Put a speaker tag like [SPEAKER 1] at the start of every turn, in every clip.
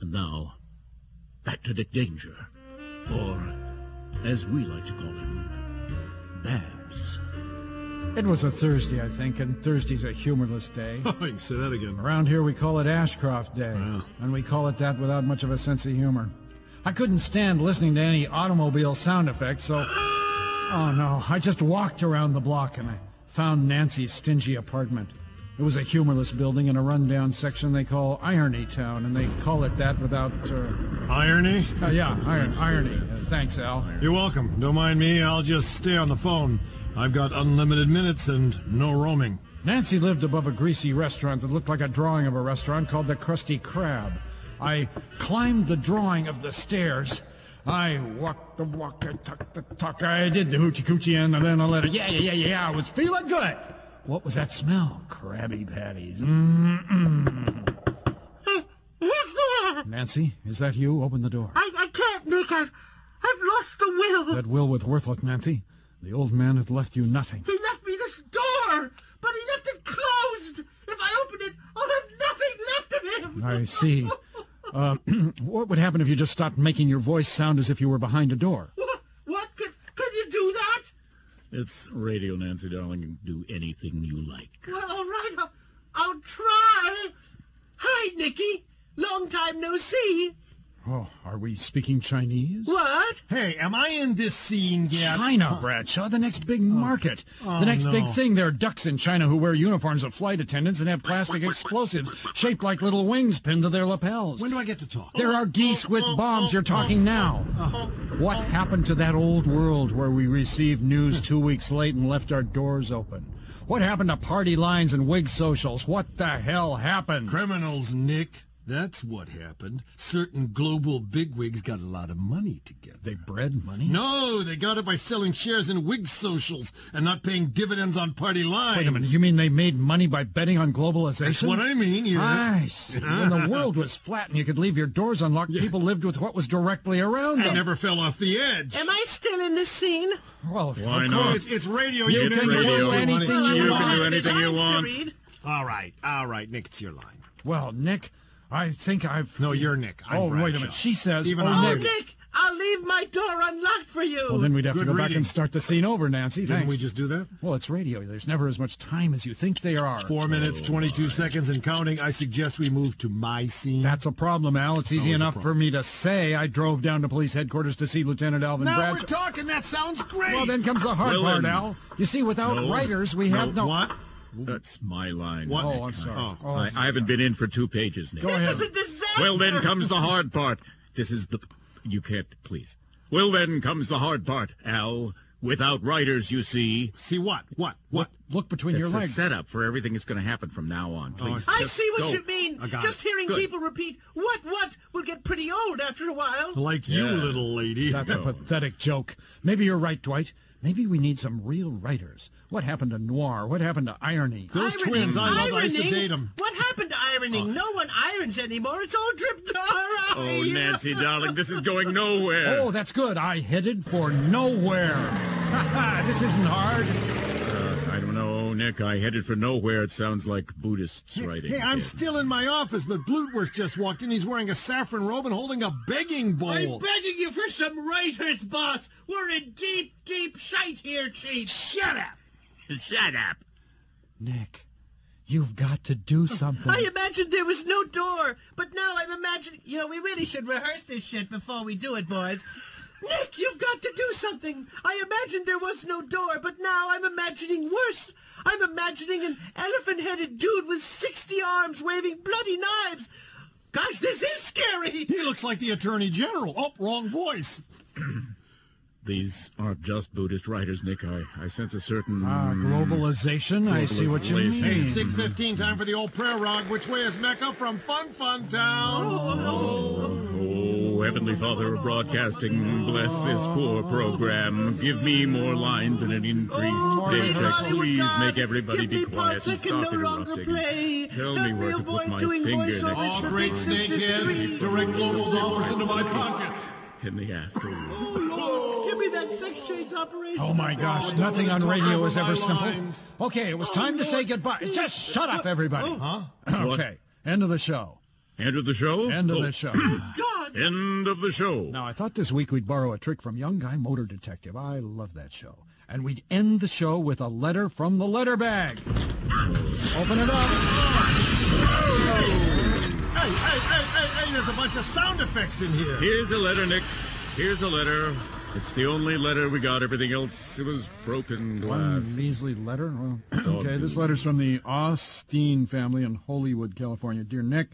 [SPEAKER 1] now, back to Dick Danger, or as we like to call him, Babs.
[SPEAKER 2] It was a Thursday, I think, and Thursday's a humorless day.
[SPEAKER 3] Oh, you can say that again.
[SPEAKER 2] Around here, we call it Ashcroft Day,
[SPEAKER 3] Yeah.
[SPEAKER 2] and we call it that without much of a sense of humor. I couldn't stand listening to any automobile sound effects, so. Oh no, I just walked around the block and I found Nancy's stingy apartment. It was a humorless building in a rundown section they call Irony Town, and they call it that without. Uh,
[SPEAKER 3] Irony?
[SPEAKER 2] uh, yeah, iron, irony. Uh, thanks, Al.
[SPEAKER 3] You're welcome. Don't mind me. I'll just stay on the phone. I've got unlimited minutes and no roaming.
[SPEAKER 2] Nancy lived above a greasy restaurant that looked like a drawing of a restaurant called the Krusty Krab. I climbed the drawing of the stairs. I walked the walk, I tucked the tuck, I did the hoochie coochie and then I let it. Yeah, yeah, yeah, yeah, I was feeling good. What was that smell? Krabby Patties. Hmm. Mm-mm.
[SPEAKER 4] Who's there?
[SPEAKER 2] Nancy, is that you? Open the door.
[SPEAKER 4] I, I can't make out. I've lost the will.
[SPEAKER 2] That will with worthless, Nancy. The old man had left you nothing.
[SPEAKER 4] He left me this door, but he left it closed. If I open it, I'll have nothing left of him.
[SPEAKER 2] I see. Uh, what would happen if you just stopped making your voice sound as if you were behind a door?
[SPEAKER 4] What? what? Could, could you do that?
[SPEAKER 1] It's radio, Nancy, darling. You can do anything you like.
[SPEAKER 4] Well, all right. I'll, I'll try. Hi, Nicky. Long time no see.
[SPEAKER 2] Oh, are we speaking Chinese?
[SPEAKER 4] What?
[SPEAKER 3] Hey, am I in this scene yet?
[SPEAKER 2] China, Bradshaw, the next big market.
[SPEAKER 3] Oh,
[SPEAKER 2] the next big
[SPEAKER 3] no.
[SPEAKER 2] thing. There are ducks in China who wear uniforms of flight attendants and have plastic explosives shaped like little wings pinned to their lapels.
[SPEAKER 3] When do I get to talk?
[SPEAKER 2] there are geese with bombs. You're talking now. What happened to that old world where we received news two weeks late and left our doors open? What happened to party lines and wig socials? What the hell happened?
[SPEAKER 3] Oh. Criminals, Nick. That's what happened. Certain global bigwigs got a lot of money together.
[SPEAKER 2] they bred money?
[SPEAKER 3] No, they got it by selling shares in Whig socials and not paying dividends on party lines.
[SPEAKER 2] Wait a minute. You mean they made money by betting on globalization?
[SPEAKER 3] That's what I mean. You
[SPEAKER 1] Ah,
[SPEAKER 2] I see. When the world was flat and you could leave your doors unlocked, people lived with what was directly around
[SPEAKER 3] I
[SPEAKER 2] them.
[SPEAKER 3] never fell off the edge.
[SPEAKER 4] Am I still in this scene?
[SPEAKER 2] Well,
[SPEAKER 1] Why
[SPEAKER 3] Oh,
[SPEAKER 1] not?
[SPEAKER 3] it's, it's radio.
[SPEAKER 2] You
[SPEAKER 3] can
[SPEAKER 2] can
[SPEAKER 3] do
[SPEAKER 2] do
[SPEAKER 3] what you want.
[SPEAKER 2] anything you
[SPEAKER 4] I've
[SPEAKER 2] want.
[SPEAKER 4] got
[SPEAKER 1] do anything you
[SPEAKER 4] lines to
[SPEAKER 1] want.
[SPEAKER 4] read.
[SPEAKER 3] All right, all right, Nick, it's your line.
[SPEAKER 2] well, Nick, I think I've.
[SPEAKER 3] No, you're Nick. I'm
[SPEAKER 2] oh, wait a
[SPEAKER 3] Bradshaw.
[SPEAKER 2] minute. She says.
[SPEAKER 3] Even
[SPEAKER 2] oh,
[SPEAKER 3] I'm
[SPEAKER 4] Oh,
[SPEAKER 3] Nick.
[SPEAKER 4] Nick, I'll leave my door unlocked for you.
[SPEAKER 2] Well, then we'd have to
[SPEAKER 3] Good
[SPEAKER 2] go back
[SPEAKER 3] reading.
[SPEAKER 2] and start the scene over, Nancy.
[SPEAKER 3] Didn't
[SPEAKER 2] Thanks.
[SPEAKER 3] we just do that?
[SPEAKER 2] Well, it's radio. There's never as much time as you think there are.
[SPEAKER 3] Four minutes, 22 seconds and counting. I suggest we move to my scene.
[SPEAKER 2] That's a problem, Al. It's easy
[SPEAKER 3] always a
[SPEAKER 2] enough for
[SPEAKER 3] problem.
[SPEAKER 2] me to say I drove down to police headquarters to see Lieutenant Alvin
[SPEAKER 3] now we're
[SPEAKER 2] Bradshaw.
[SPEAKER 3] talking. That sounds great.
[SPEAKER 2] well, then comes the hard
[SPEAKER 1] Well,
[SPEAKER 2] part,
[SPEAKER 1] then-
[SPEAKER 2] Al. You see, without
[SPEAKER 1] No.
[SPEAKER 2] writers, we have no.
[SPEAKER 3] What?
[SPEAKER 1] That's my line.
[SPEAKER 3] What?
[SPEAKER 2] Oh, I'm sorry.
[SPEAKER 3] Oh,
[SPEAKER 2] Oh,
[SPEAKER 1] I, I haven't been in for two pages, Nick.
[SPEAKER 2] Go
[SPEAKER 4] this
[SPEAKER 2] ahead.
[SPEAKER 4] is a disaster.
[SPEAKER 1] Well, then comes the hard part. This is the. You can't, please. Well, then comes the hard part, Al. Without writers, you see.
[SPEAKER 3] See what? What? What?
[SPEAKER 2] Look, look between
[SPEAKER 1] That's
[SPEAKER 2] your
[SPEAKER 1] the
[SPEAKER 2] legs.
[SPEAKER 1] setup for everything that's going to happen from now on. Please.
[SPEAKER 3] I
[SPEAKER 4] I
[SPEAKER 1] just
[SPEAKER 4] see what
[SPEAKER 1] go.
[SPEAKER 4] you mean.
[SPEAKER 3] I got
[SPEAKER 4] Just
[SPEAKER 3] it.
[SPEAKER 4] hearing
[SPEAKER 1] Good.
[SPEAKER 4] people repeat "what what" will get pretty old after a while.
[SPEAKER 3] Like you,
[SPEAKER 1] Yeah.
[SPEAKER 3] little lady.
[SPEAKER 2] That's a pathetic joke. Maybe you're right, Dwight. Maybe we need some real writers. What happened to noir? What happened to irony?
[SPEAKER 3] Those twins, I love. I used to date 'em. Uh,
[SPEAKER 4] What happened to ironing? No one irons anymore. It's all drip dry.
[SPEAKER 1] Oh, Nancy, darling, this is going nowhere.
[SPEAKER 2] Oh, that's good. I headed for nowhere. this isn't hard.
[SPEAKER 1] I don't know, Nick. I headed for nowhere. It sounds like Buddhists writing.
[SPEAKER 3] Hey, I'm
[SPEAKER 1] again.
[SPEAKER 3] still in my office, but Blutwurst just walked in. He's wearing a saffron robe and holding a begging bowl.
[SPEAKER 4] I'm begging you for some writers, boss. We're in deep, deep shite here, Chief. Shut up.
[SPEAKER 1] Shut up.
[SPEAKER 2] Nick, you've got to do something.
[SPEAKER 4] I imagined there was no door, but now I'm imagining. You know, we really should rehearse this shit before we do it, boys. Nick, you've got to do something. I imagined there was no door, but now I'm imagining worse. I'm imagining an elephant-headed dude with 60 arms waving bloody knives. Gosh, this is scary.
[SPEAKER 3] He looks like the Attorney General. Oh, wrong voice.
[SPEAKER 1] These aren't just Buddhist writers, Nick. I, I sense a certain.
[SPEAKER 2] Ah, globalization. I see what you
[SPEAKER 1] Globalization.
[SPEAKER 2] mean.
[SPEAKER 3] 6.15, time for the old prayer rug. Which way is Mecca from Fun Fun Town?
[SPEAKER 1] Oh, Heavenly Father of Broadcasting, bless this poor program. Give me more lines and an increased
[SPEAKER 2] Oh,
[SPEAKER 1] paycheck.
[SPEAKER 4] Please, Hollywood
[SPEAKER 1] Please
[SPEAKER 4] God,
[SPEAKER 1] make everybody
[SPEAKER 4] give me
[SPEAKER 1] be quiet
[SPEAKER 4] parts
[SPEAKER 1] and
[SPEAKER 4] I can
[SPEAKER 1] stop
[SPEAKER 4] no longer
[SPEAKER 1] interrupting.
[SPEAKER 4] play.
[SPEAKER 1] Tell
[SPEAKER 4] Help
[SPEAKER 1] me where to put
[SPEAKER 4] avoid
[SPEAKER 1] my
[SPEAKER 4] doing
[SPEAKER 1] finger
[SPEAKER 4] voiceovers
[SPEAKER 1] next
[SPEAKER 3] All
[SPEAKER 4] for
[SPEAKER 3] great
[SPEAKER 4] Big Sister
[SPEAKER 3] snakehead,
[SPEAKER 4] 3.
[SPEAKER 3] direct global dollars into my pockets.
[SPEAKER 1] in the afternoon.
[SPEAKER 4] Lord, give me that sex change operation.
[SPEAKER 2] Oh my gosh,
[SPEAKER 3] don't
[SPEAKER 2] nothing
[SPEAKER 3] let
[SPEAKER 2] on
[SPEAKER 3] it talk
[SPEAKER 2] radio
[SPEAKER 3] over
[SPEAKER 2] is
[SPEAKER 3] my
[SPEAKER 2] ever simple.
[SPEAKER 3] lines.
[SPEAKER 2] Okay, it was time to say goodbye. Just shut up, everybody.
[SPEAKER 3] Huh?
[SPEAKER 2] Okay, end of the show.
[SPEAKER 1] End of the show?
[SPEAKER 2] End of
[SPEAKER 1] Oh,
[SPEAKER 2] the show.
[SPEAKER 4] God!
[SPEAKER 1] End of the show.
[SPEAKER 2] Now, I thought this week we'd borrow a trick from Young Guy Motor Detective. I love that show. And we'd end the show with a letter from the letter bag. Open it up.
[SPEAKER 3] Hey, hey, hey, hey, hey, there's a bunch of sound effects in here.
[SPEAKER 1] Here's a letter, Nick. Here's a letter. It's the only letter we got. Everything else it was broken
[SPEAKER 2] One
[SPEAKER 1] glass.
[SPEAKER 2] measly letter. Well, okay, this letter's from the Austin family in Hollywood, California. Dear Nick,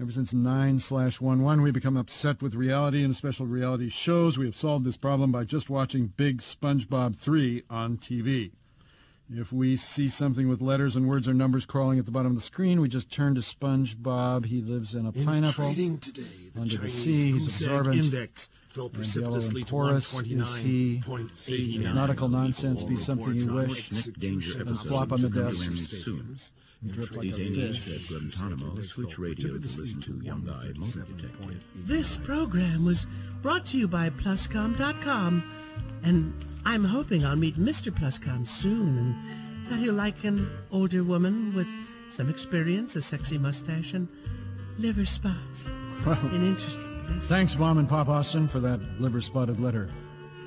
[SPEAKER 2] ever since 9 slash 1 1, we become upset with reality and especially reality shows. We have solved this problem by just watching Big SpongeBob 3 on TV. If we see something with letters and words or numbers crawling at the bottom of the screen, we just turn to SpongeBob. He lives in a
[SPEAKER 3] In
[SPEAKER 2] pineapple.
[SPEAKER 3] trading today, the
[SPEAKER 2] Under the
[SPEAKER 3] Chinese
[SPEAKER 2] sea, he's
[SPEAKER 3] Goose Egg
[SPEAKER 2] absorbent.
[SPEAKER 3] Index fell precipitously to
[SPEAKER 2] porous is he.
[SPEAKER 3] 129.89.
[SPEAKER 2] Nautical nonsense be
[SPEAKER 3] All
[SPEAKER 2] something you
[SPEAKER 3] reports on
[SPEAKER 2] wish.
[SPEAKER 3] execution
[SPEAKER 2] And
[SPEAKER 3] of
[SPEAKER 2] flop on the
[SPEAKER 3] prisoners
[SPEAKER 2] desk.
[SPEAKER 3] in stadiums. In
[SPEAKER 2] drip like
[SPEAKER 3] trading
[SPEAKER 2] a
[SPEAKER 3] today,
[SPEAKER 2] fish.
[SPEAKER 3] the Goose Egg Index
[SPEAKER 5] Switch
[SPEAKER 3] fell
[SPEAKER 5] radio to
[SPEAKER 3] precipitously
[SPEAKER 5] listen to Young Guy Motor Detective.
[SPEAKER 3] 137.89.
[SPEAKER 4] This program was brought to you by Pluscom.com, and I'm hoping I'll meet Mr. Pluscom soon, and that he'll like an older woman with some experience, a sexy mustache, and liver spots. An interesting place.
[SPEAKER 2] Thanks, Mom and Pop Austin, for that liver spotted letter.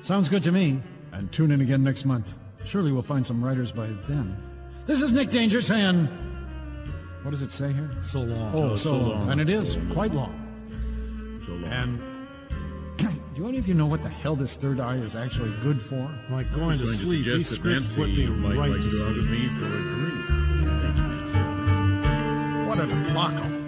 [SPEAKER 2] Sounds good to me. And tune in again next month. Surely we'll find some writers by then. This is Nick Danger's hand. What does it say here?
[SPEAKER 3] So long.
[SPEAKER 2] Oh, so,
[SPEAKER 1] so
[SPEAKER 2] long.
[SPEAKER 1] long.
[SPEAKER 2] And it is quite long.
[SPEAKER 1] So long.
[SPEAKER 2] And do any of you know what the hell this third eye is actually good for?
[SPEAKER 3] Like
[SPEAKER 1] going
[SPEAKER 3] going to
[SPEAKER 1] to
[SPEAKER 3] sleep, these
[SPEAKER 1] suggest that
[SPEAKER 3] scripts
[SPEAKER 1] Nancy
[SPEAKER 3] would be
[SPEAKER 1] might
[SPEAKER 3] right
[SPEAKER 1] like
[SPEAKER 3] to
[SPEAKER 1] to go out
[SPEAKER 3] sleep.
[SPEAKER 1] with me for a drink. Thanks, Nancy.
[SPEAKER 2] What an debacle.